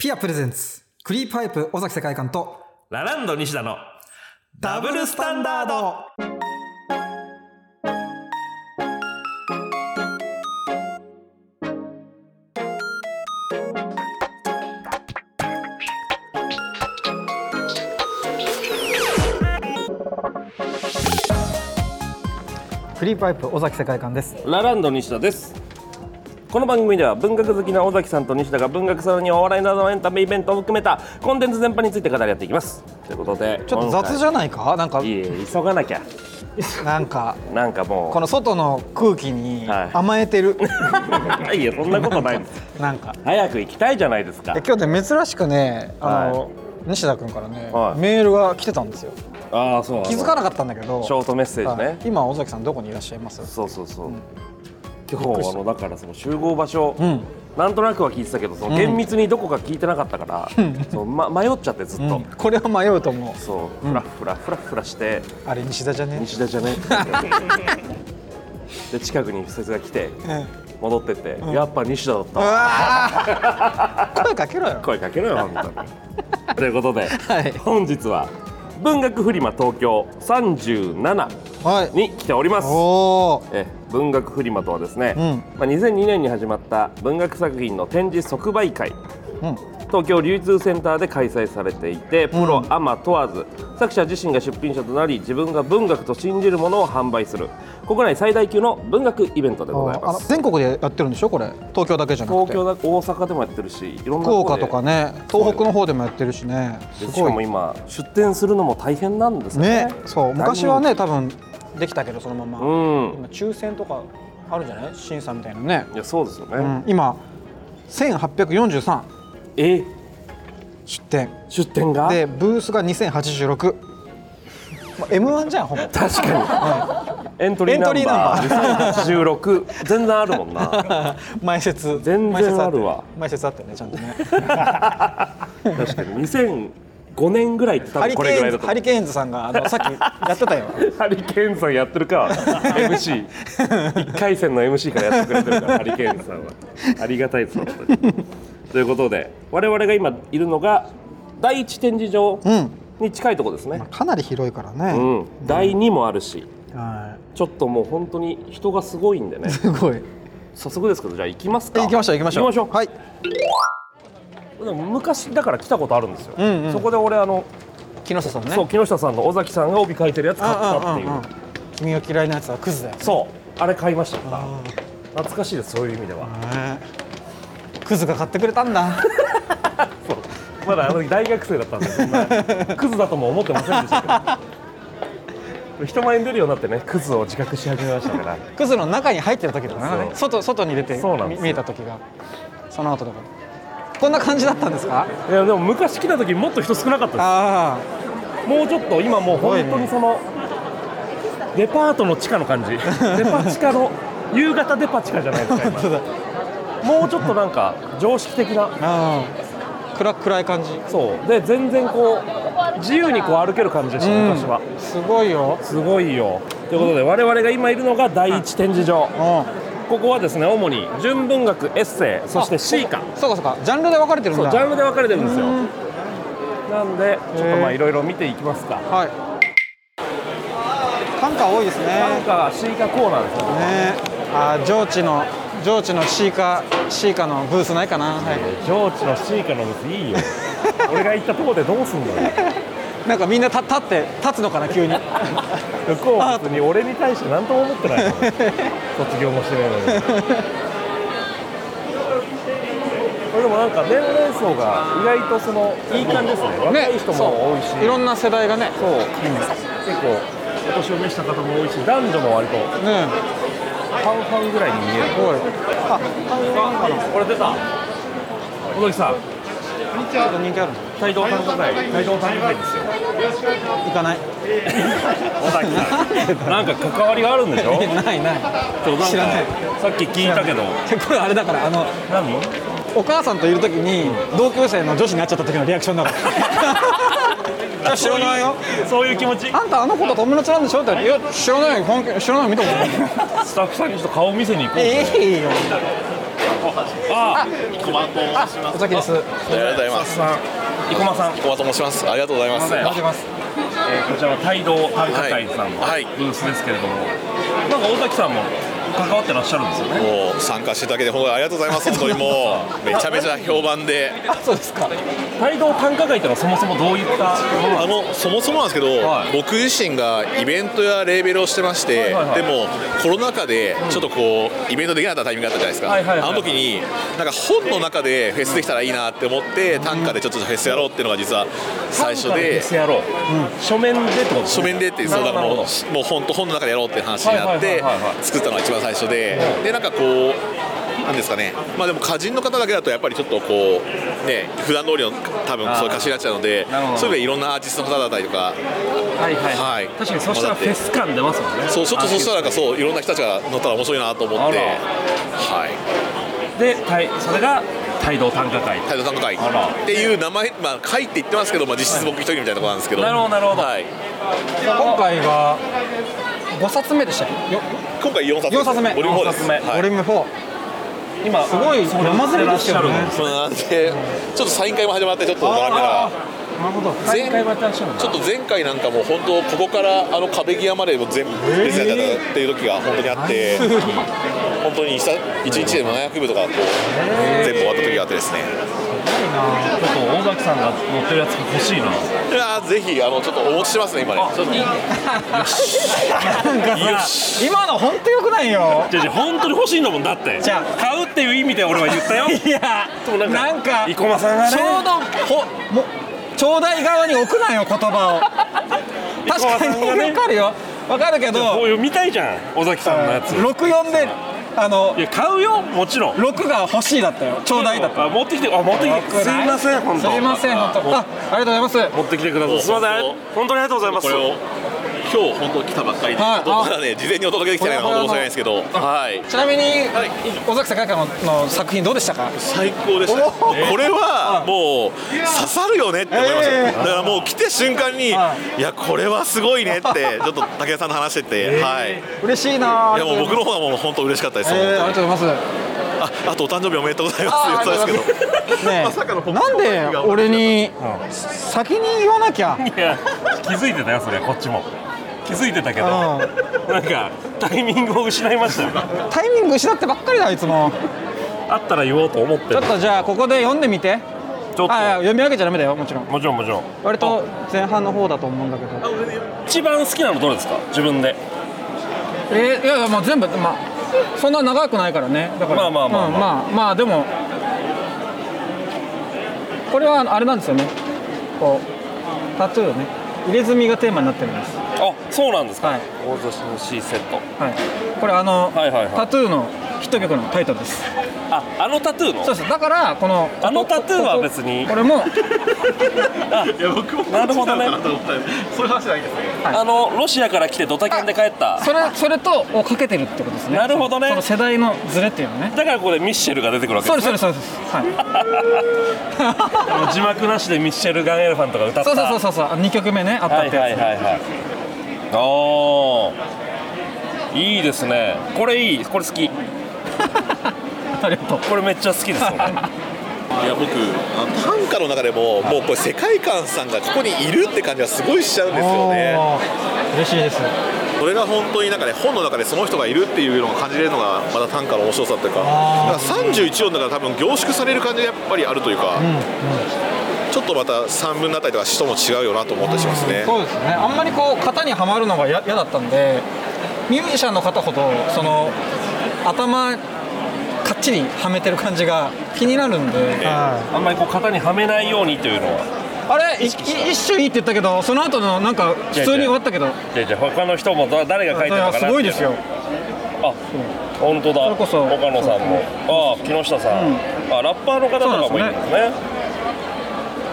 フィアプレゼンツ、クリープハイプ尾崎世界観と、ラランド西田のダブルスタンダードクリープハイプ尾崎世界観です。ラランド西田ですこの番組では文学好きな尾崎さんと西田が文学さんにお笑いなどのエンタメイベントを含めたコンテンツ全般について語り合っていきますということでちょっと雑じゃゃないかなんか、いえ急がなきゃなんか、なんかもうこの外の空気にはい甘えて る。いやそんなことないですなんか。早く行きたいじゃないですかえ今日ね、珍しくね、あの、は西田君からね、はいメールが来てたんですよ。ああそう気づかなかったんだけど、ショートメッセージはいね今、尾崎さんどこにいらっしゃいますそうそうそう、びっ今くり日しあたのだからその集合場所、うん。なんとなくは聞いてたけどその厳密にどこか聞いてなかったから、そうま、迷っちゃってずっと、うんこれは迷うと思う。そうフラフラフラフラしてあれ、西田じゃね西田じゃね で近くにそいつが来てうん。う戻ってって、やっぱ西田だったわ ー声かけろよ。声かけろよ 本当にということで、はい本日は文学フリマ東京37はい。に来ておりますおお。え文学フリマとはですね、うんまあ、2002年に始まった文学作品の展示即売会うん。東京流通センターで開催されていてプロ、うんアマ問わず作者自身が出品者となり自分が文学と信じるものを販売する国内最大級の文学イベントでございあまのす全国でやってるんでしょこれ東京だけじゃなくて東京だ大阪でもやってるしいろん福なとこ岡でとかね東北の方でもやってるしねすでしかごもい今出店するのも大変なんですよねねそう昔はね多分できたけどそのまま、うん今抽選とかあるんじゃない審査みたいなね、いやそうですよね、うん、今1843え出店出店がでブースが2086まあ M1 じゃんほぼ確かに、エントリーナンバエントリーー2086全然あるもんな前説全然前説あるわ前説あったよねちゃんとね確かに2005年ぐらいって多ハ分リこケれぐーンらいズだとハリケーンズさんがあのさっきやってたよハリケーンさんやってるか MC 一回戦の MC からやってくれてるからハリケーンさんはありがたいです本当にということで我々が今いるのが第一展示場うんに近いところですねまあ、かなり広いからうね、ん、第二もあるしはちょっともう本当に人がすごいんでねいすごい早速ですけどじゃあ行きますか行きましょう行きましょう行きましょうはいでも昔だから来たことあるんですよ、うんうんそこで俺あの、木下さんねそう木下さんの尾崎さんが帯書いてるやつ買ったっていう、んんん君が嫌いなやつはクズだよそうあれ買いました懐かしいですそういう意味ではねクズが買ってくれたんだ まだあの時大学生だったんでそんなクズだとも思ってませんでしたけどこれ人前に出るようになってねクズを自覚し始めましたからクズの中に入ってる時だからねそう外外に出てそうなんみですよ見えた時がその後とかこんな感じだったんですかいやでも昔来た時もっと人少なかったであすもうちょっと今もう本当にその、デパートの地下の感じデパ地下の夕方デパ地下じゃないですかあそう今だもうちょっとなんか常識的なああ暗暗い感じそうで全然こう自由にこう歩ける感じでした、うん昔はすごいよすごいよということで我々が今いるのが第一展示場うんあここはですね主に純文学エッセイそして詩歌そうかそうかジャンルで分かれてるんそうだジャンルで分かれてるんですようんなんでちょっとまへあーいろいろ見ていきますかはい短歌多いですなんねか詩歌コーナーですよねあー上智の上智のシーカシーカのブースないかな早く上智の詩歌のブースいい よ俺が行ったところでどうすんのよなんかみんなた立って立つのかな急に向こうは別に俺に対して何とも思って ないの卒業もしてないのにこれでもなんか年齢層が意外とそのいい感じですね若い人も多いし、そういろんな世代がねそう、結構お年を召した方も多いし男女も割とね半々ぐらいに見えるすごいあ対応なんかなこれ出た小崎さんちょっと人気あるの帯同参加会帯同参加会ですよ行かない小崎さんなんか関わりがあるんでしょないないそう知らないんかさっき聞いたけどこれあれだからあの何お母さんといる時に同級生の女子になっちゃった時のリアクションだから いや知らないよそういう気持ちあんたあの子と友達なんでしょって言ったら「いや知らないよ関係知らないよ見たことないスタッフさんにちょっと顔見せに行こう」えいいよあ阪市あ生駒と申しますお先です。ありありがとうございあ、ますさん、生駒さん、え生駒と申しますありがとうございますすいませがんとうございます。ーこちらは帯同短歌会さんのはいブースですけれども、なんか大崎さんも関わってらっしゃるんですよね。もう参加していただけで本当にありがとうございます本当にもうめちゃめちゃ評判でそうですか。帯同短歌会ってのはそもそもどういったものなあんでのそもそもなんですけど、はい僕自身がイベントやレーベルをしてまして、いはいはいでもコロナ禍でちょっとこう、イベントできなかったタイミングがあったじゃないですか、はいはいはいはいあの時になんか本の中でフェスできたらいいなって思って、短歌でちょっとフェスやろうっていうのが実はすか最初短歌のフェでスやろう、書面でってことです書ね面でってそうだかならるもほうどもう本当本の中でやろうって話になっはいてはいはいはいはい作ったのが一番最初ででなんかこうなんですかねまあでも歌人の方だけだとやっぱりちょっとこうね普段通りの多分そういう歌詞になっちゃうのでなるほどそういう意味でいろんなアーティストの方だったりとかはいはい、はい確かにそしたらフェス感出ますもんねそうちょっとそしたらなんかうそういろんな人たちが乗ったら面白いなと思ってあらはいで帯それが帯同短歌会「太蔵さんの会」あらっていう名前まあ会って言ってますけどまあ実質僕一人みたいなところなんですけどなるほどなるほどはい今回が5冊目でしたっけよ今回4冊四冊目ボリューム4です四冊目はいボリューム4。今すごいそこに山積みですよねいらっしゃるんですそうなんでちょっとサイン会も始まってちょっと並びながらあーなるほど。前一回もやってらっしゃるんだちょっと前回なんかもう本当ここからあの壁際までも全部レジだったっていう時が本当にあって、本当に一日で700部とかこう全部終わった時があってですねちょっと大崎さんが乗ってるやつが欲しいないやーぜひあのちょっとお持ちしてますね今ねちょっとなんかよさ、今の本当よくないよ。じゃあ本当に欲しいんだもんだってじゃあ買うって いう意味で俺は言ったよいや、なんか生駒さんがねちょうどほもちょうだい側に置くなよ言葉を。確かにわかるよ。わかるけこど、ういう見たいじゃん尾崎さんのやつい六四であのや買うよもちろん六が欲しいだったよ。ちょうだいだった。あ持ってきてあ持ってきてすいません本当すいません本当。あ、ありがとうございます。持ってきてくださいすいません本当にありがとうございますこれを今日本当来たばっかりで、はいちょっとまだね事前にお届けできてないのは本当申し訳ないですけどはいちなみに、はい尾崎坂のの作品どうでしたか最高でしたねおこれはもう刺さるよねって思いましたよ、ええだからもう来て瞬間に、はいやこれはすごいねってちょっと武井さんの話してて、はいい嬉しいなぁやもう僕の方はもう本当嬉しかったです、えー、ありがとうございますああとお誕生日おめでとうございますあーそうですけどありがとうございますねえまさかの北なん斗ので拳が俺に先に言わなきゃいや気づいてたよそれこっちも気づいてたけどなんかタイミングを失いましたよタイミング失ってばっかりだあいつもあったら言おうと思ってちるょっとじゃあここで読んでみてちょっとあいや読み上げちゃダメだよもちろんもちろんもちろん割と前半の方だと思うんだけど一番好きなのどれですか自分でえー、いやいやまあ全部まあそんな長くないからねだからまあまあまあまうんまあまあでもこれはあれなんですよねこうタトゥーをね入れ墨がテーマになってるんですあそうなんですかはい大年の C セットはいこれあの、はいはいはいタトゥーのヒット曲のタイトルですああのタトゥーのそうですだからこのあのタトゥーはここ別にこれも、はい、いや僕もなるほどねそういう話じゃないですねあのロシアから来てドタキャンで帰ったそれそれとをかけてるってことですねなるほどねその世代のズレっていうのねだからこれミッシェルが出てくるわけそうでですすそうですそうですはいあの字幕なしでミッシェル・ガン・エレファントが歌ったそうそうそうそうそうあの二曲目ねあったはっいてやつ、はいはいはいおーいいですねこれいいこれ好きありがとうこれめっちゃ好き です俺いや僕あの短歌の中でももうこれ世界観さんがここにいるって感じがすごいしちゃうんですよねおー嬉しいですそれが本当になんかね本の中でその人がいるっていうのを感じれるのがまだ短歌の面白さっていうかあだから31音だから多分凝縮される感じがやっぱりあるというか、ちょっとまた散文だったりとか詩とも違うよなと思ったりしますね、そうですねあんまりこう型にはまるのがや嫌だったんでミュージシャンの方ほどその頭かっちりはめてる感じが気になるんで、はいあんまりこう型にはめないようにというのはあれいい一周いいって言ったけどその後のなんか普通に終わったけどじゃあじゃあ他の人もど誰が書いてるのかなってすごいですよあ本当だそれこそ岡野さんもあ木下さん、うんあラッパーの方とかもいるんですね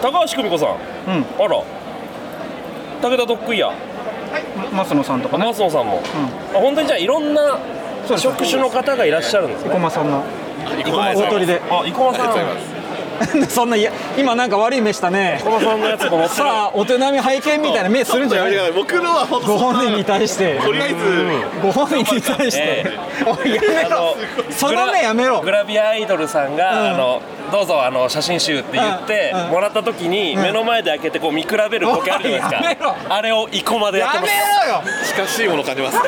高橋久美子さんうんあら武田ドッグイヤー増野さんとかね松野さんも、あ本当にじゃあいろんなそうです職種の方がいらっしゃるんです生ね駒さんの生大鳥であ生駒さんありがとうござい そんないや今なんか悪い目したね小野さんのやつも持ってるさあお手並み拝見みたいな目するんじゃない僕のは本当ご本人に対してとりあえずご本人に対しておいやめろその目やめろグラビアアイドルさんが、うんあのどうぞあの写真集って言って、うんうんもらった時に、目の前で開けてこう見比べるボケあるじゃないですおいやかめあれをイコマでやってやまめすろよ近しいもの感 じますね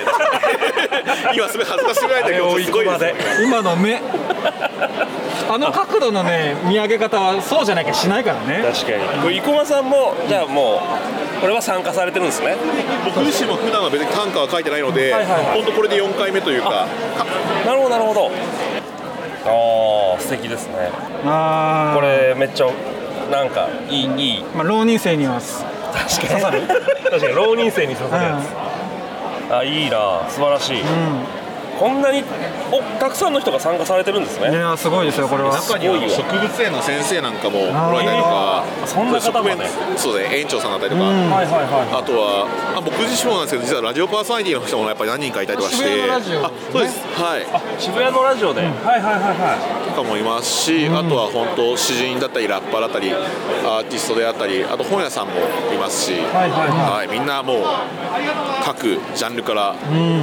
今すごい恥ずかしめられたあけれどをイすコごいマですでね今の目あの角度のね見上げ方はそうじゃなきゃしないからね確かにこれ生駒さんもじゃあもうこれは参加されてるんですね僕自身も普段は別に短歌は書いてないので、はいはいはい本当これで4回目というかなるほどなるほどああ素敵ですねあーこれめっちゃなんかいいいいまあ、浪人生にはす確かに刺さる確かに浪人生に刺さるやつ、あいいな素晴らしい、うんこんなにおたくさんの人が参加されてるんですね、いやすごいですよこれは中にはすごいよ植物園の先生なんかもおられたりとかあーそんな方もね植物そうですね園長さんだったりとか、うんはいはいはあとはあ僕自身もなんですけど実はラジオパーソナリティの人もやっぱり何人かいたりとかして渋谷のラジオあそうです、はいい渋谷のラジオで、はいはいはいはとかもいますし、あとは本当詩人だったりラッパーだったりアーティストであったりあと本屋さんもいますし、はいはいみんなもう各ジャンルから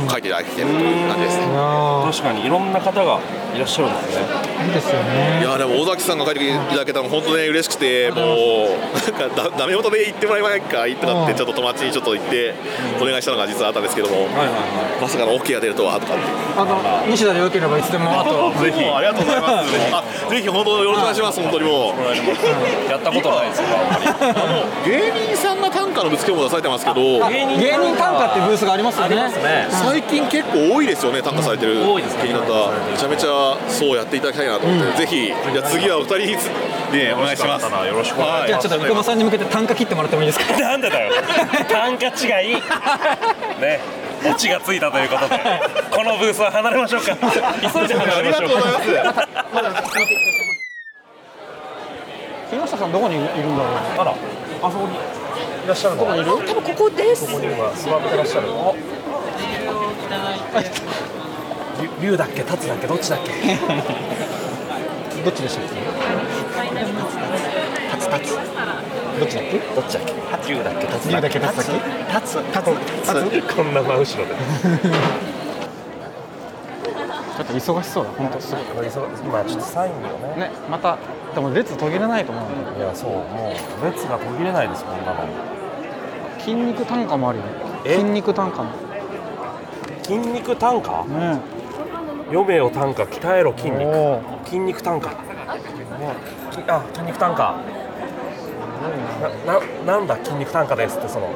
書いていただいてるという感じですね、いや確かにいろんな方がいらっしゃるんですねーいいですよいねやでも尾崎さんが書いていただけたの本当に嬉しくてもうなんかだダメ元で言ってもらえないかいとかってちょっと友達にちょっと言ってお願いしたのが実はあったんですけどはもいはまさかの OK が出るとはとかってあの西田でよければいつでもあとぜひありがとうございますあぜひ本当よろしくお願いします本当にもういやったことないですよ芸人さんが短歌のぶつけも出されてますけど芸人芸人短歌ってブースがありますよねありますね最近結構多いですよね短歌されてる多いですね芸人の方めちゃめちゃそうやっていただきたいなと思って、ぜひじゃあ次はお二人ずつねお願いしますよろしくお願じゃあちょっと生駒さんに向けて単価切ってもらってもいいですかなんでだよ単価 違いねオチがついたということでこのブースは離れましょうか急いで離あれりましがとょううごかざいます木下さんどこにいるんだろうあらあそこにいらっしゃるのこ多分ここです。こに今座ってらっしゃるのりゅ竜だっけ立つだっけどっちだっけどっちでしたっけタツタツどっちだっけどっちだっけ竜だっけ立竜だっけ立つだっけ立つ立つ立つこんな真後ろでつちょっと忙しそうだ本当すごい今ちょっとサインをねねまたでも列途切れないと思うんだよいやそうもう列が途切れないですこんなの筋肉単価もあるよえ筋肉単価も筋肉単価ね余命を単価鍛えろ筋肉おー筋肉単価きあ筋肉単価なななんだ筋肉単価ですってその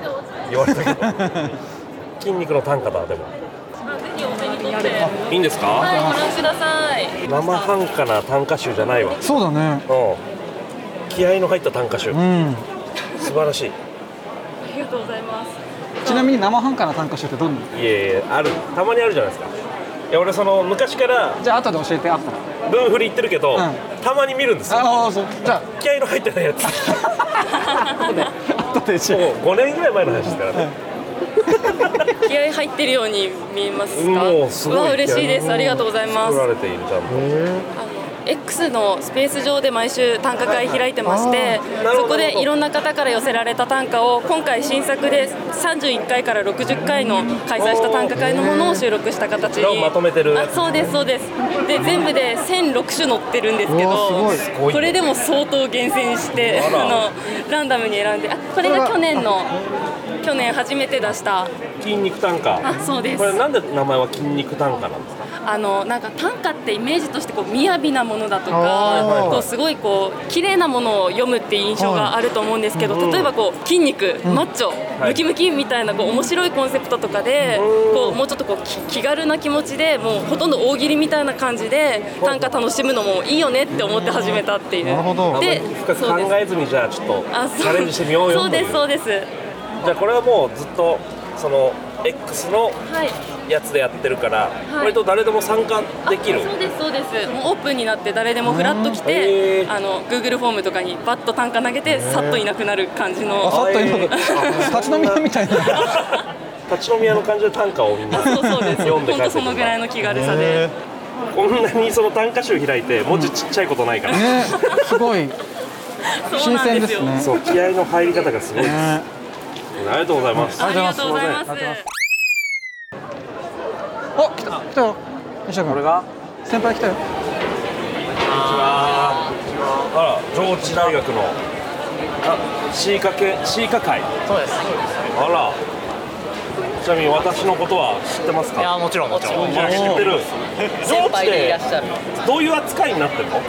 言われたけど 筋肉の単価だでもぜひお目に取って。はい、いいんですかご覧ください。生半可な単価集じゃないわうんそうだね気合の入った単価集うん素晴らしいいありがとうございます。ちなみに生半可な単価集ってどんなえいえあるたまにあるじゃないですかいや俺その昔からじゃあ後で教えてあったら文振り言ってるけど、うんたまに見るんですよああそうじゃ気合の入ってないやつもあ後で教えてう5年ぐらい前の話ですからね気合入ってるように見えますか。もうすごわいあ嬉しいです。ありがとうございま作す。らあのれているちゃんと X のスペース上で毎週単価会開いてましてなるほどそこでいろんな方から寄せられた単価を今回新作で31回から60回の開催した単価会のものを収録した形それをにまとめてるあそうですそうですで全部で1006種載ってるんですけうわどすごいこれでも相当厳選してあらあのランダムに選んであこれが去 年の去年初めて出した筋肉単価あそうですこれなんで名前は筋肉単価なんですかあのなんか短歌ってイメージとしてこう雅なものだとあかーこうすごいこう綺麗なものを読むっていう印象があると思うんですけど、うん例えばこう筋肉、マッチョ、はいムキムキみたいなこう面白いコンセプトとかで、うんこうもうちょっとこうき気軽な気持ちでもうほとんど大喜利みたいな感じで短歌楽しむのもいいよねって思って始めたっていう。なるほどで深くそうです考えずにじゃあちょっとあチャレンジしてみようよそうといでうすそうです。じゃあこれはもうずっとその X のはい。やつでやってるから、い割と誰でも参加あできるそうですそうですもうオープンになって誰でもフラッと来て、うんへーあの Google フォームとかにバッと単価投げてさっといなくなる感じあさのっと今えー立ち飲み屋みたいな立ち飲み屋の感じで短歌をみんなそうそうです読んで返本当せそとのぐらかいの気軽さで、こんなにその短歌集開いて文字ちっちゃいことないから、ねすごいそう新なん鮮でですすよ。ねそう気合の入り方がすごいです、ねありがとうございますありがとうございあまりがとうございますす。あ来た来たよ西田これ君が先輩来たよあら上智大学のあシーカ系シーカ会そうですあらちなみに私のことは知ってますいかやもちろんもちろん知ってる上智 先輩でいらでっしゃるどういう扱いになってるの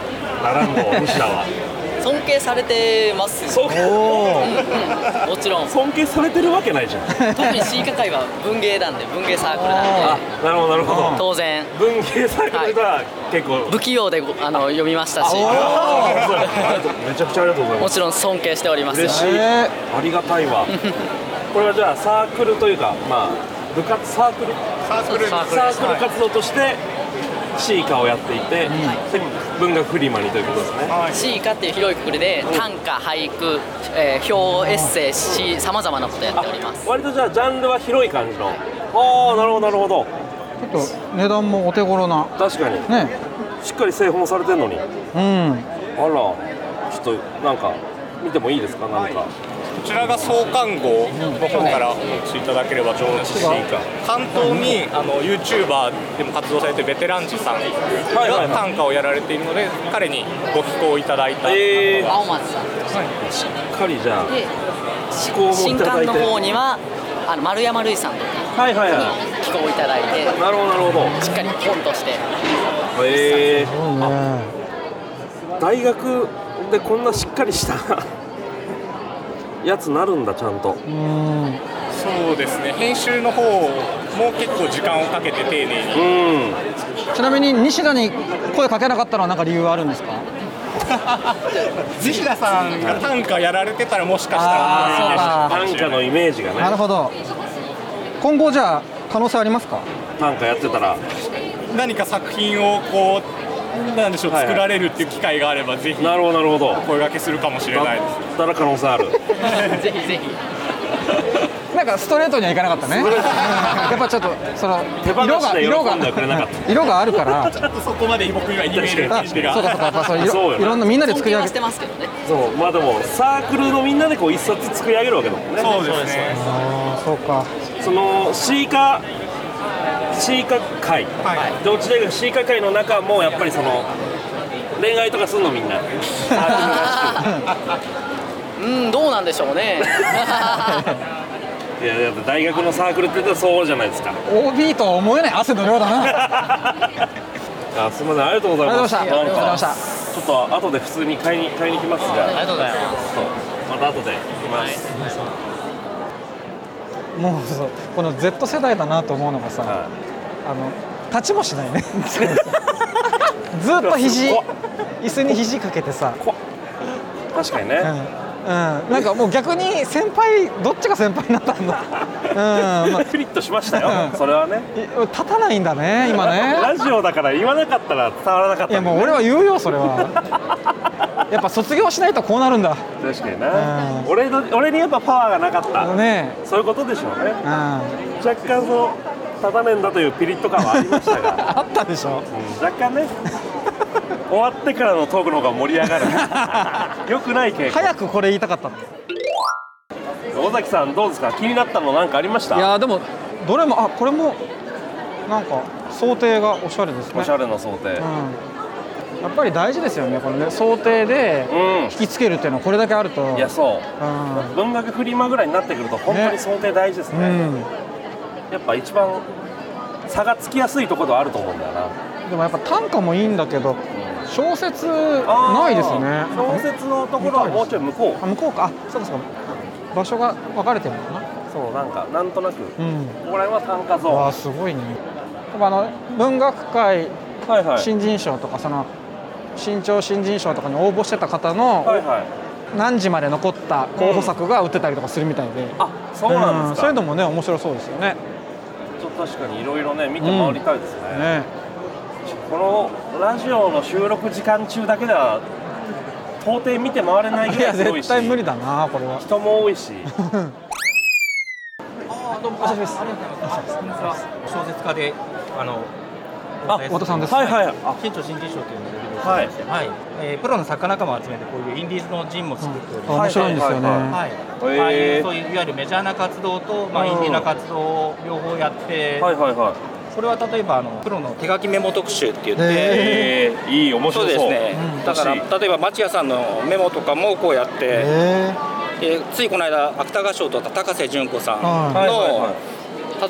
並んど西田は 尊敬されてますよそうおーもち ろん尊敬されてるわけないじゃん特に C 科会は文芸なんで文芸サークルあなんでなるほどなるほど、当然文芸サークルでは結構、不器用でごあの読みましたしありがとうめちゃくちゃありがとうございまもすちろん尊敬しております嬉しい、えありがたい わこれはじゃあサークルというかまあ部活サークルサークルササークル活動としてシーカをやっていて、で文学フリマにということですね、 C 科っていう広いくくりで短歌俳句、えー、表エッセイ詩さまざまなことやっております割とじゃあジャンルは広い感じのああなるほどなるほどちょっと値段もお手頃な確かにねしっかり製本されてるのにうあんらちょっとなんか見てもいいですかなんか、こちらが創刊号の方からお持ちいただければ上手し関東にあの YouTuber でも活動されてるベテランジさんいはいはがい短歌をやられているので彼にご寄稿いただいたえ青松さんー、しっかりじゃあで寄稿もい新ただ刊いての方にはあの丸山るいさんとかはいはいはに寄稿いただいていなるほどなるほしっかり本と してどえー、そうね大学でこんなしっかりしたやつなるんだちゃんとうんそうですね編集の方も結構時間をかけて丁寧にうんちなみに西田に声かけなかったのは何か理由はあるんですか西田さんが短歌やられてたらもしかしたらあー短歌のイメージがなるねほど今後じゃあ可能性ありますか短歌やってたら何か作品をこうなんでしょうはいはい作られるっていう機会があればぜひなるほどなるほどだ声掛けするかもしれないですったら可能性あるぜひぜひなんかストレートにはいかなかったねやっぱちょっとその手放色しがで色が喜んではくれなかった色があるからあちょっとそこまで僕には言えるそう認かそう識かがやっぱそういそうろよねいろんなみんなで尊作り敬上はげしてますけどねそうまあでもサークルのみんなでこう一冊作り上げるわけだもんねそうですねあーそうかそのシーカシーカ会はい上智大学シーカ会の中もやっぱりその恋愛とかすんのみんなサークルらしくうんどうなんでしょう ねいやだって大学のサークルって言ったらそうじゃないですか OB とは思えない汗の量だなあすみませんありがとうございますありがとうございましたなんかちょっと後で普通に買いに買いに来ますじゃあありがとうございますそうまた後で来ます、もうそうこの Z 世代だなと思うのがさ、はあの立ちもしない ねずっと肘怖っ椅子に肘かけてさ、い確かにね、うんうん、なんかもう逆に先輩どっちが先輩になったんだうん、まフリットしましたうよんそれはねい立たないんだね今ねラジオだから言わなかったら伝わらなかっいたやんだもよう俺ねは言うよそれはやっぱ卒業しないとこうなるんだ確かにな、うん俺の俺にやっぱパワーがなかった、ねそういうことでしょうねうんあ若干その立たねんだというピリッと感はありまし たが、ったでしょうん若干ね終わってからのトークの方が盛 り上がるよくない傾向早くこれ言いたかった尾崎さんどうですか気になったのなんかありましたいやーでもどれもあこれもなんか想定がおしゃれですねおしゃれな想定うん、やっぱり大事ですよねこのね想定でうん引きつけるっていうのはこれだけあると、うん、いやそうう文学フリマぐらいになってくると本当にね想定大事ですねん、やっぱ一番差がつきやすいところはあると思うんだよな、でもやっぱ短歌もいいんだけど小説ないですねあー小説のところはもうちょい向こあ向こうかあそうかそうか場所が分かれてるのかなうそうなんかなんとなくうんここら辺は単価ゾーンわあすごいねやっぱあの文学界はいはい新人賞とかその新潮新人賞とかに応募してた方のはいはい何時まで残った候補作が売ってたりとかするみたいで、あそうなんんでそうすか、いうのもね面白そうですよねちょっと確かにいろいろね見て回りたいですね,、ねこのラジオの収録時間中だけでは到底見て回れないぐいらやいすごいし絶対無理だなこれは人も多 いしお久しぶりです小説家であのあ太田さんですはいはいあ新潮新人賞というのをレビューしてまして、はいえープロの作家仲間を集めてこういうインディーズのジンも作っておりま面す、白いんですよね、はいへーああいうそういういわゆるメジャーな活動と、まあ、うんインディーな活動を両方やって、はいはいはいこれは例えばあのプロの手書きメモ特集って言って、えー、いい面白そそううですね、だか欲しいら例えば町屋さんのメモとかもこうやって、えでついこの間芥川賞を取った高瀬淳子さんの、はいはいはいは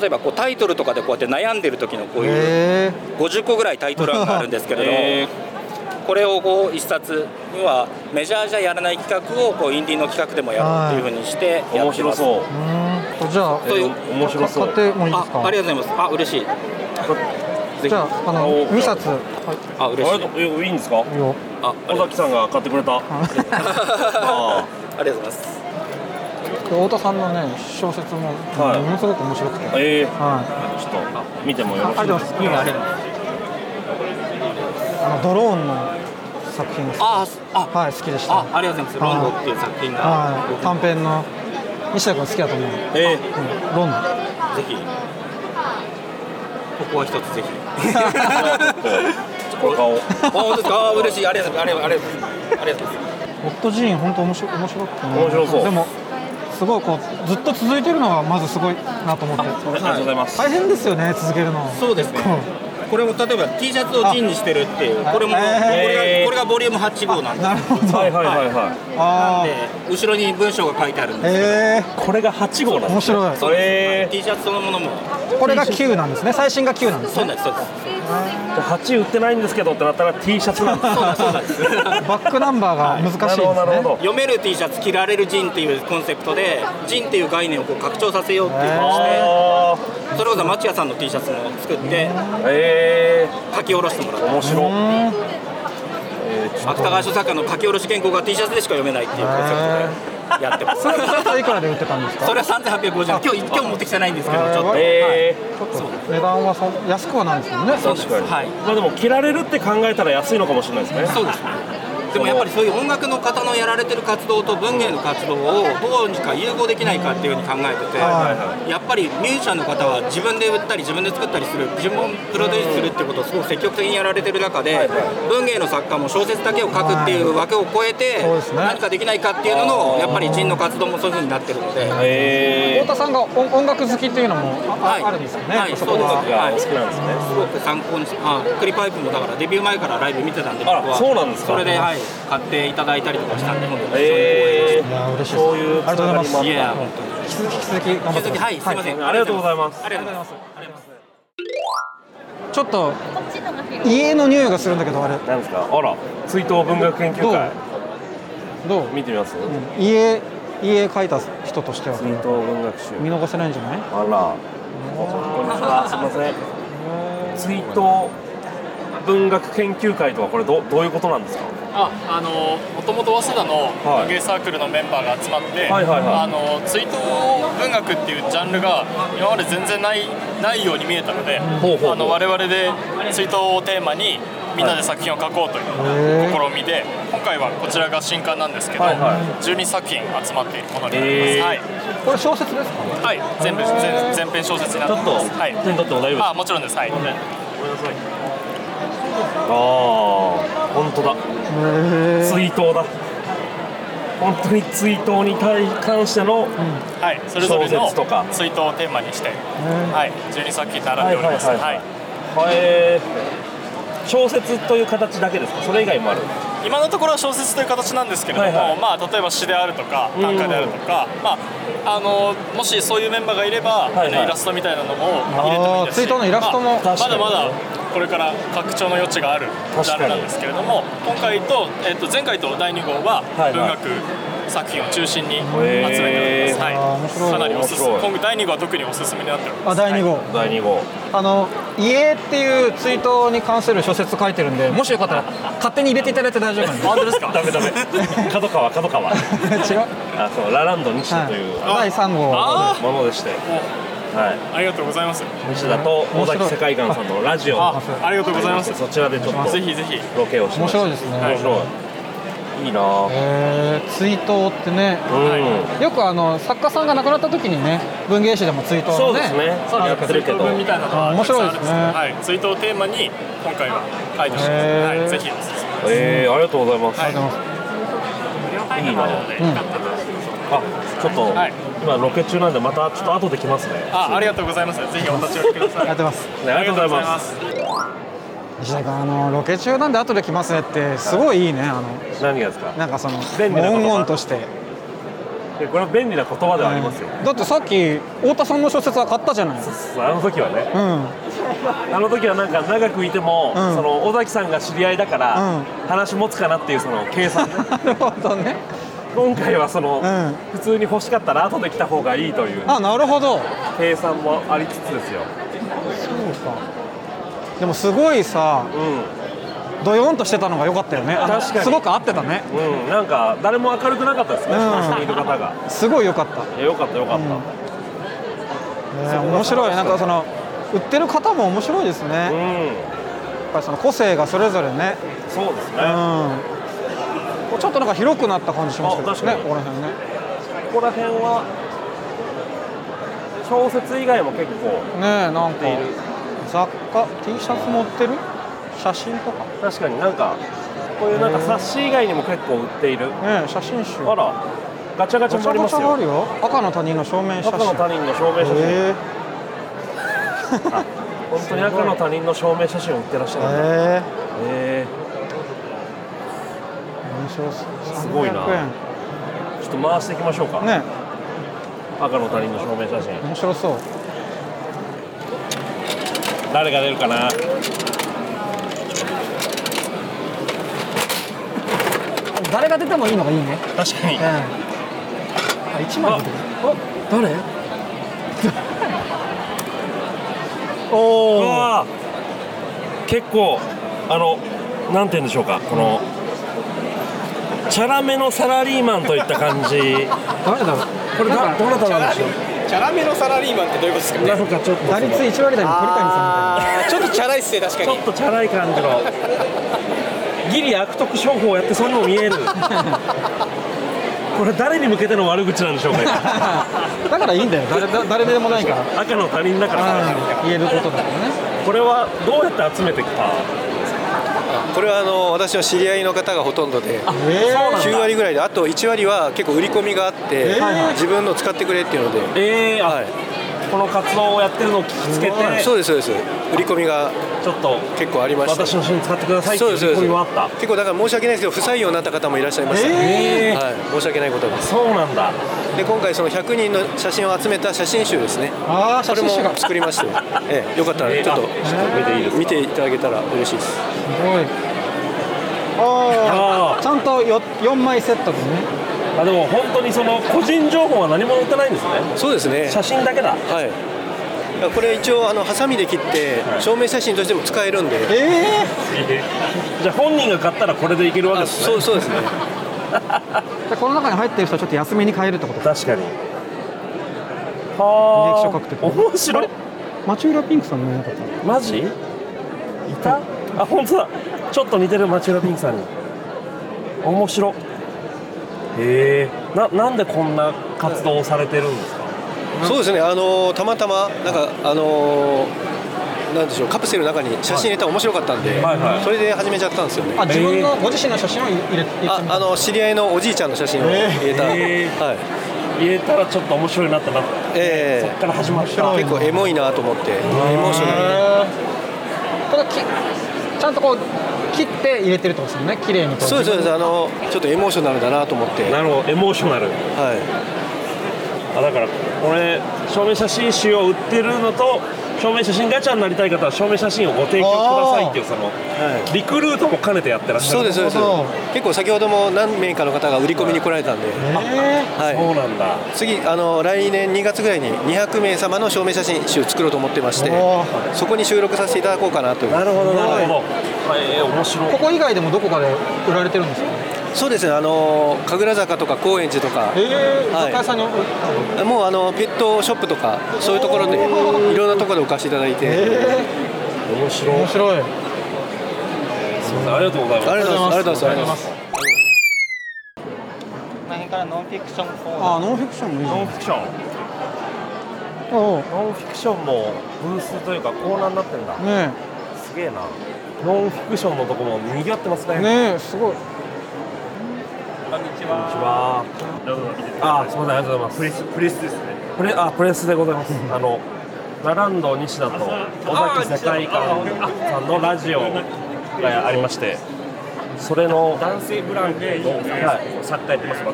例えばこうタイトルとかでこうやって悩んでる時のこうー、いうえ50個ぐらいタイトル案があるんですけ れども、えこれをこう一冊にはメジャーじゃやらない企画をこうインディーの企画でもやろうっていうふうにしてー、や面って白ます。そうー、うーんじゃあというえー面白そ買っうてもいいですあ、あかりがとうございます。あ、嬉しい。ぜひ。じゃあ、あああのお2冊は嬉しあい。れえいいんですかいよ あ、尾あり崎さんが買ってくれたあ ありがとうございます。太田さんのね小説ももはいのすごく面白くて、はいーえー、あちょっと見てもよろしいありがとうございますいいねありがとうございますあのドローンの作品ですあ、あ、はい好きでしたあ、ありがとうございます。ロンドっていう作品がはい僕短編の西田君好きだと思う、えーうん、ロンド ンぜひ。ここは一つぜひ。 これ買おう あ、本当ですか。あ、嬉しい。ありがとうございます。ありがとうございます。ありがとうございます。ホットジーン本当面白面白くて、ね、面白そうでもすごいこうずっと続いてるのがまずすごいなと思ってありがとうございます、大変ですよね続けるのそうですね。これも例えば T シャツをジンにしてるっていう、これも、これえーが、これがボリューム8号なんでなるほどはいはいはいはいあーで後ろに文章が書いてあるんでえこれが8号なんー、面白いそうですへー T シャツそのものもこれが9なんですね最新が9なんです そうなんですそうです8売ってないんですけどってなったら T シャツなんですそうなんですバックナンバーが難しいですね、なるほどなるほど読める T シャツ着られるジンっていうコンセプトでジンっていう概念をこう拡張させようっていうのをしてあそれこそ町屋さんの T シャツも作ってーえ書き下ろしてもらー、う面白い芥川書作家の書き下ろし原稿が T シャツでしか読めないっていうコンセプトでやってますそれそれいくらで売ってたんですかそれは3850今日今日持ってきてないんですけどちょっとえちょっと値段はそ安くはないんですよねそうです確かにはいー、まあでも着られるって考えたら安いのかもしれないですねそうですね。でもやっぱりそういう音楽の方のやられてる活動と文芸の活動をどうにか融合できないかっていうふうに考えてて、はやっぱりミュージシャンの方は自分で売ったり自分で作ったりする自分をプロデュースするってことをすごく積極的にやられてる中で、文芸の作家も小説だけを書くっていう枠を超えてそうですね何かできないかっていうののやっぱり人の活動もそういうふうになってるので。え太田さんが音音楽好きっていうのもあ,、はいあるんですよね、はいそこそうはでー、あーお好きなんですねすごく参考にしあクリパイプもだからデビュー前からライブ見てたんであら僕はそうなんですかそれで、はい、買っていただいたりとかしたんで本当に非常に光栄えですいや嬉しいですそういうありがとうございまつすながりもあっていや本当に引き続き引き続き頑張っ引きてくだ続きさはいすいませんー、ありがとうございますありがとうございますありがとうございますちょっと家の匂いがするんだけどあれなんですかあら追悼文学研究会どう見てみます、家家書いた人としては追悼文学集見逃せないんじゃないあらこんにちはすみません追悼文学研究会とはこれどどういうことなんですかああのもともと早稲田のはい文芸サークルのメンバーが集まって、はいはいはいあの追悼文学っていうジャンルが今まで全然ないないように見えたので、ほうほうほうあの我々で追悼をテーマにみんなで作品を書こうというへー試みで、今回はこちらが新刊なんですけど、はいは12作品集まっているものになへりーます、これ小説ですかはい、はい、全部全全編小説になっちてょいまっと、すはい手に取っても大丈夫ですあもちろんですはい、ああ本当だへ追悼だ本当に追悼に対関しての、はい、それぞれ小の説とか追悼をテーマにして、ーはい、12作品並んでおります、はいはいはいはいえー小説という形だけですかそれ以外もある今のところは小説という形なんですけれども、はいはいまあ、例えば詩であるとか短歌であるとか、まあ、あのもしそういうメンバーがいれば、はいはいイラストみたいなのも入れてもいいですあーしツイートのイラストまもあ、ま確かだにまだこれから拡張の余地があるジャンルなんですけれども今回と、えっと、前回と第2号ははいはい文学作品を中心に集めております、へーあー面白はいい、かなりおすす面白い今後第2号は特におすすめになっておりまあす第2号、はい第2号あの家っていう追悼に関する小説書いてるんでもしよかったら勝手に入れていただいて大丈夫なんで本当ですか ダメダメ角川角川違う、あそうラランド西田というはい、第3号あものでしてはいーありがとうございます西田と面尾白い崎世界観さんのラジオあありがとうございますそちらでちょっとぜひぜひロケをしてま面した白いですね、面白いいいなぁえー、追悼ってねうんよくあの作家さんが亡くなった時にね文芸誌でも追悼そのうねですねあるやってるけど文みたいなのがあ面白いですねたくさんあるんですけどはい、追悼をテーマに今回は書いてます、へーはい、ぜひおすすめえー、ありがとうございます、ありがとうございますい、いななのぁで、うんあちょっと、はい今ロケ中なんでまたちょっと後で来ますねあありがとうございますぜひお立ち寄りくださ やっいてますねありがとうございますす石田君あのロケ中なんで後で来ますねってすごいいいねあの何がですかなんかその便利な言葉文言としてでこれは便利な言葉ではありますよ、だってさっき太田さんの小説は買ったじゃないあの時はねうあの時はなんか長くいても、うんその尾崎さんが知り合いだから、うん話持つかなっていうその計算んなるほどね 今回はその、うん普通に欲しかったら後で来た方がいいというあなるほど計算もありつつですよ、そうかでもすごいさうドヨンとしてたのが良かったよねあの確かにすごく合ってたねんうん、なんか誰も明るくなかったですね、うんそこにいる方がすごい良かった、いやよかったよかっね面白いなんかその売ってる方も面白いですね、た、やっうん、ぱりその個性がそれぞれねそうですうね、んこうちょっとなんか広くなった感じしますけどあ確ねかここにら辺ねここら辺は小説以外も結構ねえなんかている雑貨 T シャツ持ってる写真とかね確かになんかこういうなんか冊子以外にも結構売っているえ写真集あらガチャガチャガチもあャりガますチャがあよるよ赤の他人の正面写赤の真他人の証明写真、え本当に赤の他人の証明写真を売ってらっしゃえるんだえええ面白そうすごいな300円ー、ちょっと回していきましょうか、ね赤の他人の証明写真え面白そう誰が出るかな誰が出てもいいのがいいね確かにええあ一枚出てくるお誰うおおわー結構あのなんて言うんでしょうかこのチャラめのサラリーマンといった感 じ誰だろうこれなんかなたなんでしょうチャラめのサラリーマンってどういうことですかねなんかちょっとその打率1割台の鳥谷さんみたいなあーちょっとチャラいっすね確かちょにっとチャラい感じのギリ悪徳商法をやってそうにも見えるこれ誰に向けての悪口なんでしょうか今 だからいいんだよ誰だ誰でもないから赤の他人だからうん言えることだからねこれはどうやって集めてきたこれはあの私の知り合いの方がほとんどでえー9割ぐらいであと1割は結構売り込みがあってえー自分の使ってくれっていうので、ええはいこの活動をやってるのを聞きつけてそうですそうです売り込みがちょっと結構ありました私の品使ってくださいってそういうですそうです声はあった結構だから申し訳ないですけど不採用になった方もいらっしゃいました、えーはい、申し訳ないことですそうなんだで今回その100人の写真を集めた写真集ですねああこ写真れも集が作りましたよ、ええ、よかったらえーちょっあちょっと見ていいですとか見ていただけたら嬉しいですすごいあああちゃんとよ4枚セットでねあでも本当にその個人情報は何も載ってないんですねそうですね写真だけだはいいやこれ一応あのハサミで切って証明写真としても使えるんで、ええじゃあ本人が買ったらこれでいけるわけあですねそうそうですねじゃあこの中に入ってる人はちょっと安めに買えるってことか確かには履歴書書くときあ面白いマチューラピンクさんのやつだったマジいたあ本当だちょっと似てる町浦ピンクさんに面白へえななんでこんな活動をされてるんですかそうですねあのたまたまなんかあのなんでしょうカプセルの中に写真入れたら面白かったんで、はいはいそれで始めちゃったんですよねあ自分のご自身の写真を入れ入れてああの知り合いのおじいちゃんの写真を入れた、えーはい入れたらちょっと面白いなってなってえそっから始まったー結構エモいなと思ってエモーショナルにただきちゃんとこう切って入れてるってことですよね綺麗にこそうですそうですあのちょっとエモーショナルだなと思ってなるほどエモーショナルはあだからこれ証明写真集を売ってるのと証明写真ガチャになりたい方は証明写真をご提供くださいっていうそのい、はいリクルートも兼ねてやってらっしゃそうるですそうですなるほど結構先ほども何名かの方が売り込みに来られたんで、えはい、そうなんだ次あの来年2月ぐらいに200名様の証明写真集を作ろうと思ってましておそこに収録させていただこうかなというなるほどなるほどえー、面白ーいここ以外でもどこかで売られてるんですかそうですねあの神楽坂とか高円寺とかええは雑い貨屋さんに置いもうあのペットショップとかそういうところでいろんなところで置かせていただいて、え面白ー、い面白いすいませんありがとうございますありがとうございますありがとうございますすンからノンフィクションコーナーああノンフィクションもいいじゃんノンフィクションおうノンフィクションもブースというかコーナーになってんだねすげえなノンフィクションのとこも賑わってますねねえすごいこんにちこんにちはあすみませんありがとうございますプレスプレスですねプレあプレスでござい ますあのラランド西田と尾崎世界観さんのラジオがありましてそれの男性ブランコの作家やってます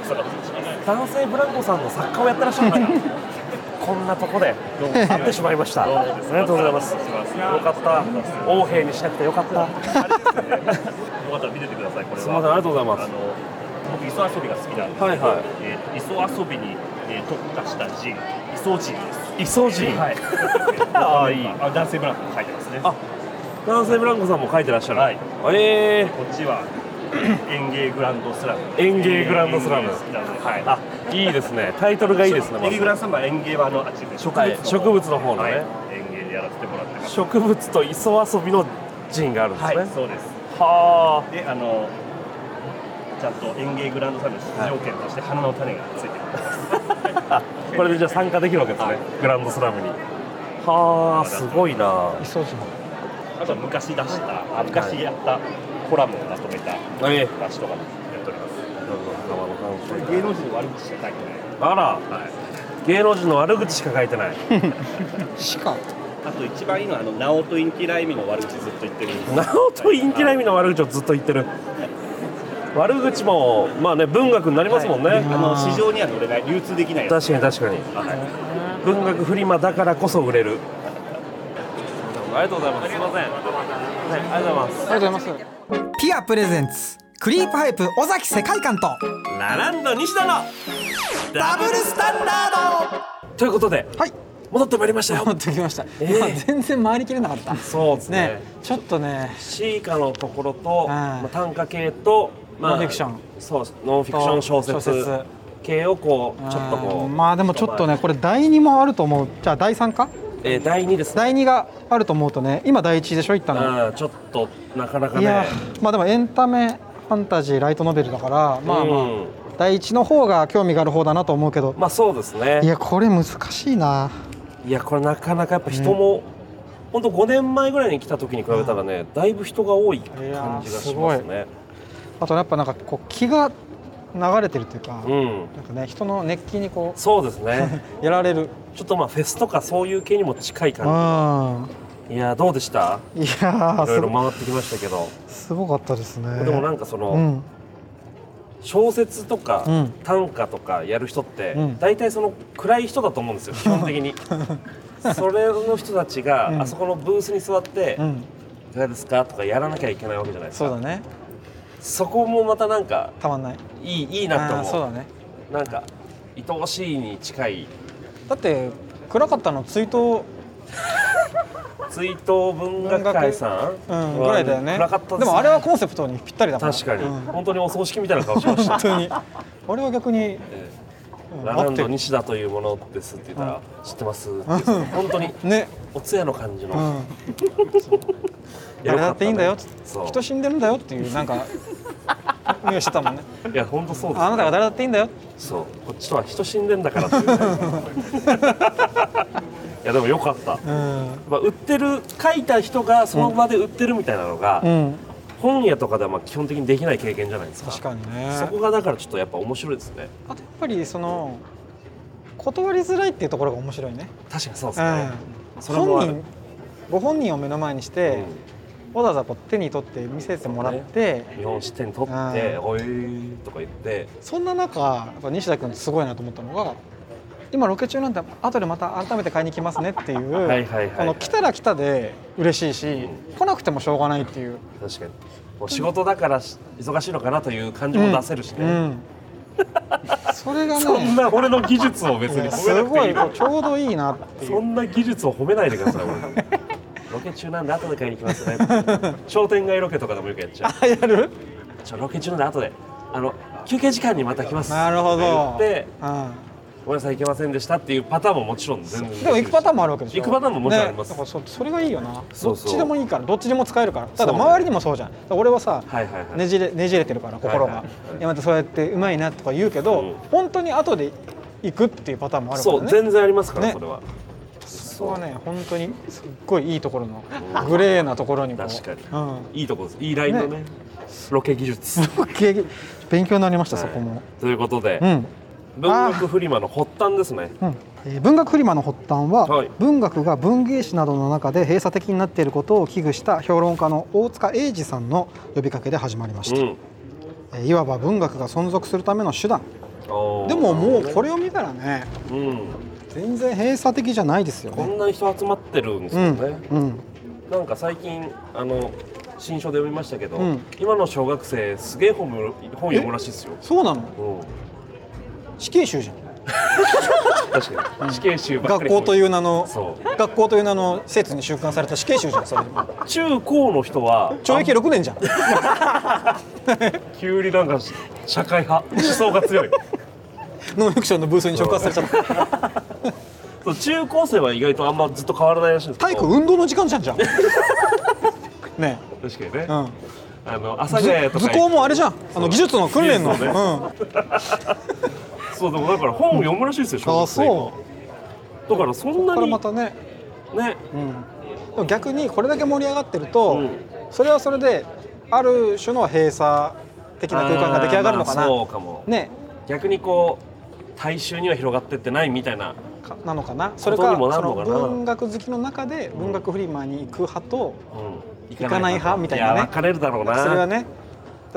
男性ブランコさんの作家をやってらっしゃる 方がこんなとこで会ってしまいましたありがとうございますよかった横兵にしなくてよかったよかったら見ててください、これは。すみませんありがとうございますあの僕、磯遊びが好きなんですけど、はいはいえー磯遊びに、えー特化したジン、磯ジンです。磯ジンはい。 ああいいあ男性ブランコも書いてますね。あ男性ブランコさんも書いてらっしゃる、はい、えこっちは 園芸グランドスラム。園芸グランドスラ園ム芸好きなので、はい。あいいですねタイトルがいいですね園芸グランドスラムは園芸はあのあっちで植はい植物の方のねはい園芸でやらせてもらってます。植物と磯遊びのジンがあるんですね、はい、そうです。はで、あの。ちゃんと園芸グランドサム出場権として花の種がついてる。これでじゃあ参加できるわけですね、グランドスラムにはあすごいなあと昔出した、あ昔やったコラムをまとめたえ雑誌とかもやっております。これ芸能人の悪口しか書いてない。あら、芸能人の悪口しか書いてないしかあと一番いいのはあのナオとインティライミの悪口ずっと言ってるんですなおとインティライミの悪口をずっと言ってる悪口もまあね文学になりますもんね、はいあの市場には乗れない流通できないやつ確かに確かに、文学フリマだからこそ売れるありがとうございますすいませんはいありがとうございますありがとうございますピアプレゼンツクリープハイプ尾崎世界観とラランド西田のダブルスタンダードということで、はい、戻ってまいりましたよ戻ってきました、えーまあ全然回りきれなかったそうですねねちょっとねシーカのところと、まあ、短歌系と、まあ、ノンフィクションそうノンフィクション小説小説系をこうちょっとこうまあでもちょっとねこれ第2もあると思うじゃあ第3かえー第2です、ね、第2があると思うとね今第1でしょいったのうんちょっとなかなかいやねまあでもエンタメファンタジーライトノベルだからまあまあ、うん第一の方が興味がある方だなと思うけど、まあそうですねいやこれ難しいないやこれなかなかやっぱ人も、ほん、本当5年前ぐらいに来た時に比べたらね、だいぶ人が多い感じがいやーすしごまいすねあとやっぱなんかこう気が流れてるというか、うんなんかね人の熱気にこうそうですねやられるちょっとまあフェスとかそういう系にも近い感あじいやーどうでしたいやーいろすいろご回ってきましたけどすごかったですねでもなんかそのうん小説とかうん短歌とかやる人ってうん大体その暗い人だと思うんですよ基本的 にそれの人たちうんがあそこのブースに座ってうん「いかがですか?」とかやらなきゃいけないわけじゃないですそうだかねそこもまたなんかたまんないいいいいなとあーそう思だねうなんか愛おしいに近いだって暗かったの追悼追悼文学会さうんんぐらいだよね暗かったですねでもあれはコンセプトにぴったりだから確かにうん本当にお葬式みたいな顔しました本当にあれは逆にうんララン合ってドる西田というものですって言ったら「知ってます」って言ってうん本当にねお通夜の感じの、うんあれだっていいんだよつってそう人死んでるんだよっていうなんか匂いしてたもんねいや本当そうです、あなたが誰だっていいんだよそうこっちとは人死んでんだから っていうね、いやでもよかった、やっうんぱ売ってる書いた人がその場で売ってるみたいなのが、うん本屋とかではまあ基本的にできない経験じゃないですか確かにねそこがだからちょっとやっぱ面白いですねあとやっぱりその断りづらいっていうところが面白いね確かにそうですね、うんそれもあ本る人ご本人を目の前にして、わざわざこう手に取って見せてもらって日本支店取って「おい」とか言ってそんな中やっぱ西田君ってすごいなと思ったのが今ロケ中なんで後でまた改めて買いに来ますねっていう、はいはいはいはいこの来たら来たで嬉しいし、来なくてもしょうがないっていう確かにもう仕事だからし忙しいのかなという感じも出せるしね、 うんそれがねそんな俺の技術を別にいや褒めすなくてごいいいこうちょうどいいなっていうそんな技術を褒めないでください俺ロケ中なんで後で買いに来ますね商店街ロケとかでもよくやっちゃうあやるちょロケ中なんで後であの休憩時間にまた来ますなるほどって言ってうんごめんなさい行けませんでしたっていうパターンももちろん全然でも行くパターンもあるわけでしょ行くパターンももちろんありますねだからそそれがいいよなそうそうどっちでもいいからどっちでも使えるからたそうだね周りにもそうじゃん、だから俺はさ、はいはいはいねじれねじれてるから心が、はいいはいやまたそうやってうまいなとか言うけど、本当に後で行くっていうパターンもあるからそねう全然ありますからねそれはそこはね本当にすっごいいいところのグレーなところにこう確かにうんいいとこですいいラインのねロケ技術経験勉強になりました、そこも、ということでうん文学フリマの発端ですねうんえー文学フリマの発端は、はい文学が文芸誌などの中で閉鎖的になっていることを危惧した評論家の大塚英二さんの呼びかけで始まりました、えーいわば文学が存続するための手段ででももうこれを見たらねうん全然閉鎖的じゃないですよこねんなに人集まってるんですよねうんなんか最近あの新書で読みましたけど、うん今の小学生すげえ本む本読むらしいですよ。そうなのうん死刑囚じゃん確かに死刑囚ばっか学り校という名のそ学校という名の施設に収監された死刑囚じゃんそれう中高の人は懲役6年じゃん急になんか社会派思想 が強い。ノンフィクションのブースに触発されちゃ ったそう中高生は意外とあんまずっと変わらないらしいんですけど。体育運動の時間じゃんじゃん ね確かにね。うんあの朝ヶ谷とか図工もあれじゃんあの技術の訓練の、技術うんのそうでもだから本を読むらしいですよ小あ学生がそ。だからそんなこれにまたねね、でも逆にこれだけ盛り上がってると、それはそれである種の閉鎖的な空間が出来上がるのかな、あーまあそうかも。ね逆にこう大衆には広がってってないみたいな。なのかなそれことかにもなそるののかな文学好きの中で文学フリマに行く派とうん行かない派みたいなねや分かれるだろうなそれはね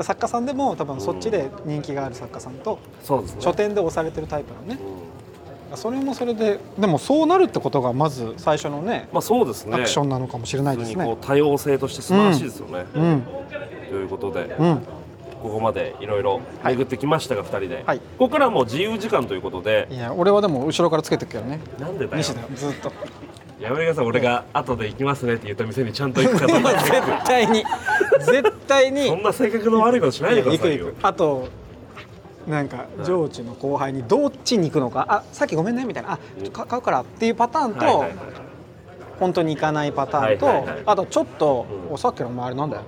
作家さんでも多分そっちで人気がある作家さんとそうですね書店で押されてるタイプのね、それもそれででもそうなるってことがまず最初のねまあそうですねアクションなのかもしれないです普通にねこう多様性として素晴らしいですよね、うんということで、うんここまでいろいろ巡ってきましたが、二人で、ここからはもう自由時間ということでいや俺はでも後ろからつけてくけどねなんでだよ西田ずっとやめてください俺が後で行きますねって言った店にちゃんと行くかどうか 絶対に絶対にそんな性格の悪いことしないでくださいやよ行く行くあとなんか上智の後輩にどっちに行くのかあさっきごめんねみたいなあちょっとか買うからっていうパターンと、はいはいはい本当に行かないパターンと、はいはいはいあとちょっと、おさっきのお前あれなんだよ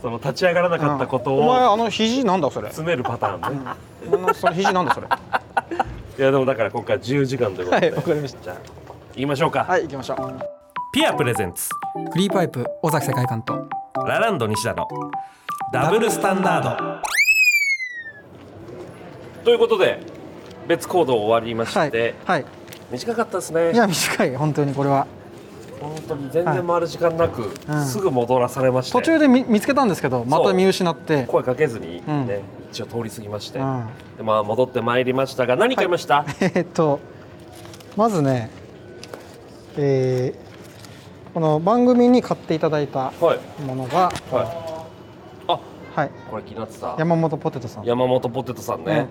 その立ち上がらなかったことお前をあの肘なんだそれ詰めるパターンね、のその肘なんだ それいやでもだからここから自由時間ということで、はいわかりましたじゃあ行きましょうかはい行きましょうピアプレゼンツクリーパイプ尾崎世界観とラランド西田のダブルスタンダードということで別行動終わりまして、はい短かったですねいや短い本当にこれは本当に全然回る時間なく、うんすぐ戻らされまして途中で見見つけたんですけどまた見失って声かけずにね、うん一応通り過ぎまして、うんでまあ戻ってまいりましたが何買いました、 えーっとまずね、えーこの番組に買っていただいたものが、あはいこれ気になってた山本ポテトさん、山本ポテトさんね、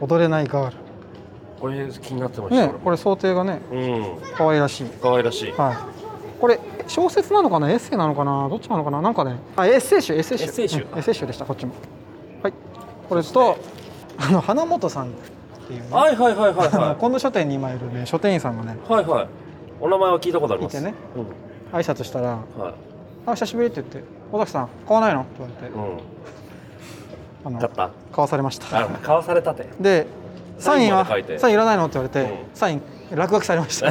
うん踊れないガーこれ気になってまル、した、ね、これ想定がね俺もうん可愛らしい、可愛らしい、はい、これ小説なのかなエッセイなのかなどっちなのかななんかねあエッセイ集エッセイ集エッセイ集うんエッセイ集でしたこっちもはいこれとあの花本さんっていうねはいはいはいはいあのは近藤書店に今いるね書店員さんがねいはいはいお名前は聞いたことありますいてねうん挨拶したらはい「あ久しぶり」って言って「尾崎さん買わないの?」って言われてあの買った買わされましたあ買わされたて でサインはサインまで書いてサインいらないのって言われて、サイン落書きされま した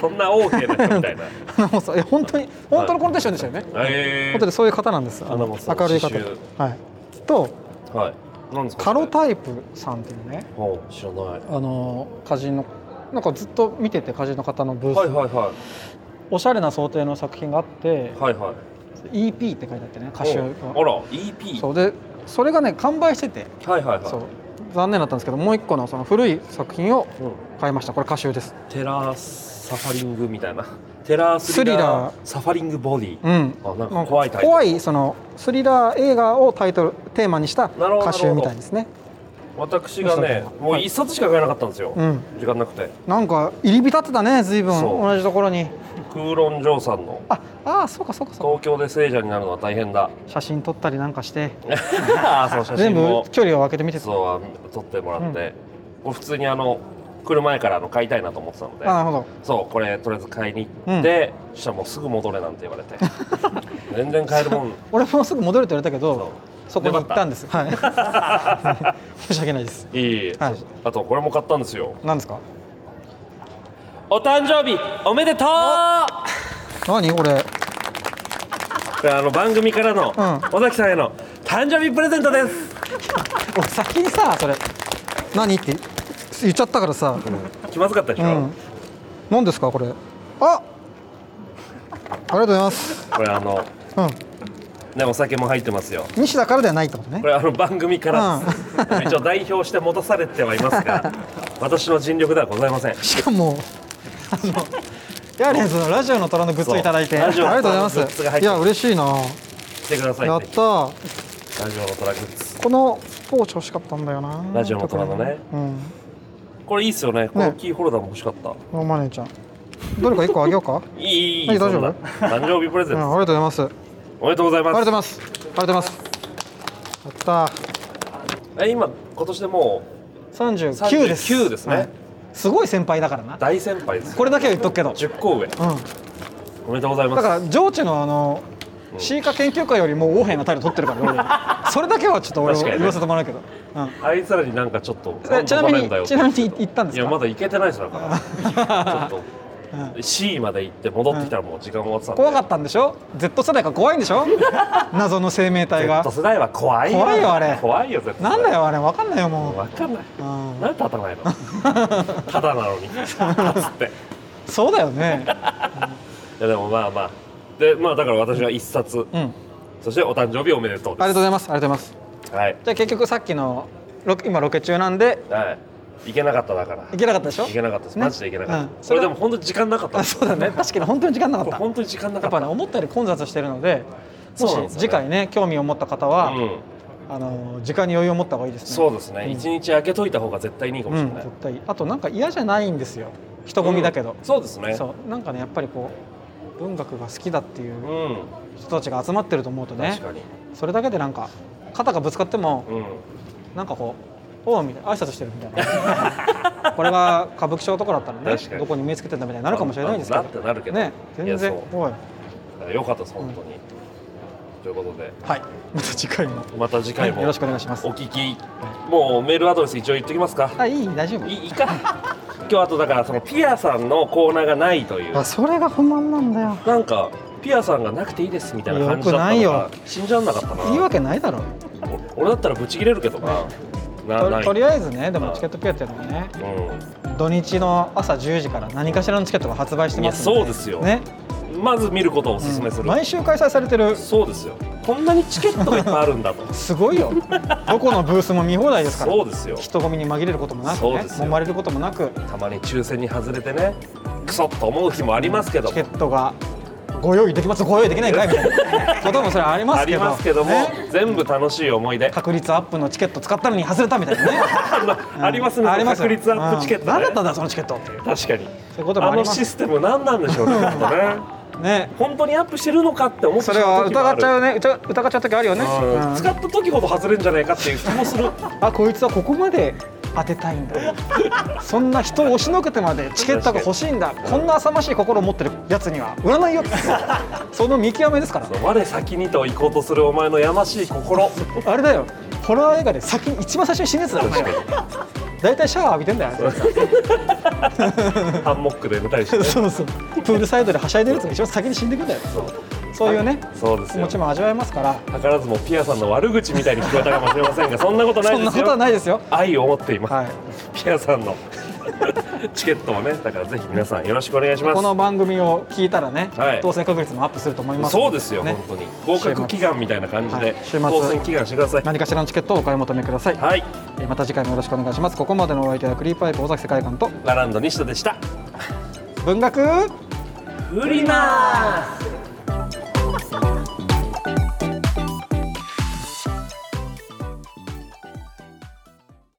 そんな OK な 人みたいな花本さんいや本当に本当のコンテンションでしたよね、え本当にそういう方なんですあの本さん明るい方刺繍はいとー、はいなんですかカロタイプさんっていうねほう知らないあの歌人のなんかずっと見てて歌人の方のブース、はいはいはおしゃれな想定の作品があっていはいはい EP って書いてあってね歌集がおあら EP そうでそれがね完売しててはいはいはいそう残念だったんですけどもう一個のその古い作品を買いましたこれ歌集ですテラーサファリングみたいなテラーススリリラーラーサファリングボディ、うんあなんか怖いタイプ怖いそのスリラー映画をタイトルテーマにしたるほど歌集みたいですね私がねもう一冊しか買えなかったんですよ、うん時間なくてなんか入り浸ってたね随分そう同じところに空論城さんのああそうかそうかそう東京で聖者になるのは大変 だ写真撮ったりなんかしてあーそう写全真部も距離を分けて見てたそうあの撮ってもらって、これ普通にあの来る前からあの買いたいなと思ってたのであなるほどそうこれとりあえず買いに行って、そしたらもうすぐ戻れなんて言われ て全然買えるもん俺もすぐ戻るって言われたけどそこに行ったんですはい申し訳ない ですいい、あとこれも買ったんですよ何ですかお誕生日おめでとう何これであの番組からの尾崎さんへの誕生日プレゼントです俺先にさそれ何って言っちゃったからさ、気まずかったでしょ、うん何ですかこれあありがとうございますこれあのうんねお酒も入ってますよ西田からではないってことねこれあの番組からです、一応代表して持たされてはいま すが私の尽力ではございませんしかもあのヤーレンズのラジオの虎のグッズをいただいてあそうラりジオのがとうございま虎のグッズすが入っいてや嬉しいな来てくださいやっぜたこひラジオのトラグッズのポーチ欲しかったんだよなラジオの虎のねうんこれいいっすよねこのキーホルダーも欲しかった、おマネーちゃんどれか一個あげよう かいいいいはい大丈そ夫んな誕生日プレゼンうんト、ありがとうございますおめでとうございまありがすとうございますありがとうございますやったえ今今年でも三十九です。 39ですねはいすごい先輩だからな。大先輩ですこれだけは言っとくけど。十個う上。うおめでとうございん。まだすから上智のあの。シーカ研究会よりも横柄な態度取ってるから俺それだけはちょっと俺確かにね言わせてもらうけど、あいつらになんかちょっとえちなみにちなみに行ったんですかいやまだ行けてないですだ からちょっと C まで行って戻ってきたらもう時間終わってたんで怖かったんでしょ Z 世代が怖いん でしょ謎の生命体が Z 世代は怖いよ怖いよあれ怖いよ Z 世代なんだよあれ分かんないよもう分かんないうんなんで立たないのただなの に立つっていそうだよねやでもまあまあでまあだから私は一冊、そしてお誕生日おめでとうありがとうございますありがとうございますはいじゃあ結局さっきのロケ今ロケ中なんではい行けなかっただから行けなかったでしょ行けなかったですねマジで行けなかった、うんそれでも本当に時間なかったあそうだね確かに本当に時間なかった本当に時間なかったやっぱね思ったより混雑してるのでもそうなんでしすよね次回ね興味を持った方は、うんあの時間に余裕を持った方がいいですねそうですねん一、日開けといた方が絶対にいいかもしれうんない、絶対あとなんか嫌じゃないんですよ人混みだけど、うんそうですねそうなんかねやっぱりこう文学が好きだっていう人たちが集まってると思うとね、確かにそれだけでなんか肩がぶつかっても、うんなんかこうおうみたいな挨拶してるみたいな これが歌舞伎町とかだったら確かねにどこに目つけてんだみたいになるかもしれないんですけどなってなるけどね全然いやそうおいだからよかったです本当に、ということではいまた次回もまた次回も、はいよろしくお願いしますお聞きもうメールアドレス一応言ってきますかあいい大丈夫いいいか今日あとだからそのピアさんのコーナーがないというあそれが不満なんだよなんかピアさんがなくていいですみたいな感じだったよのくないがよ死んじゃんなかったいいなわけないだろ俺だったらブチ切れるけどなななといとりあえずねでもチケットピアっていうのはね土日の朝10時から何かしらのチケットが発売していやますんでそうですよ、ねまず見ることをお勧めする、毎週開催されてるそうですよこんなにチケットがいっぱいある んだとすご いよどこのブースも見放題ですからそうですよ人混みに紛れることもなくそうねですよ揉まれることもなくたまに抽選に外れてねクソッと思う日もありますけどチケットがご用意できますご用意できないかいみたい なこともそれありますけどありますけどもね全部楽しい思 い出確率アップのチケット使ったのに外れたみたいなね ありますねありますよ確率アップチケットねうん何だったんだそのチケット確確かにういうこともありますのシステム何なんでしょうねちょっ とねね本当にアップしてるのかって思ってそれは疑っちゃうねね疑疑っちゃう時あるよねうん使った時ほど外れるんじゃないかっていう気もするあこいつはここまで当てたいんだそんな人を押しのけてまでチケットが欲しいんだこんな浅ましい心を持ってるやつには売らないよその見極めですから我先にと行こうとするお前のやましい心あれだよホラー映画で先に一番最初に死ぬやつだお前は大体シャワー浴びてんだよあれハンモックで寝たりして、ね、そうそうプールサイドではしゃいでるやつが一番先に死んでくんだよ そういうねそうです気よ持ちも味わえますから図らずもピアさんの悪口みたいに聞こえたかもしれませんがそんなことないですよそんなことはないですよ愛を持っています、ピアさんの チケットをねだからぜひ皆さんよろしくお願いしますこの番組を聞いたらね、はい当選確率もアップすると思いますそうですよ、ね本当に合格祈願みたいな感じで、週末当選祈願してください何かしらのチケットをお買い求めください、えーまた次回もよろしくお願いしますここまでのお相手はクリーパイプ尾崎世界観とラランド西田でした文学フリマー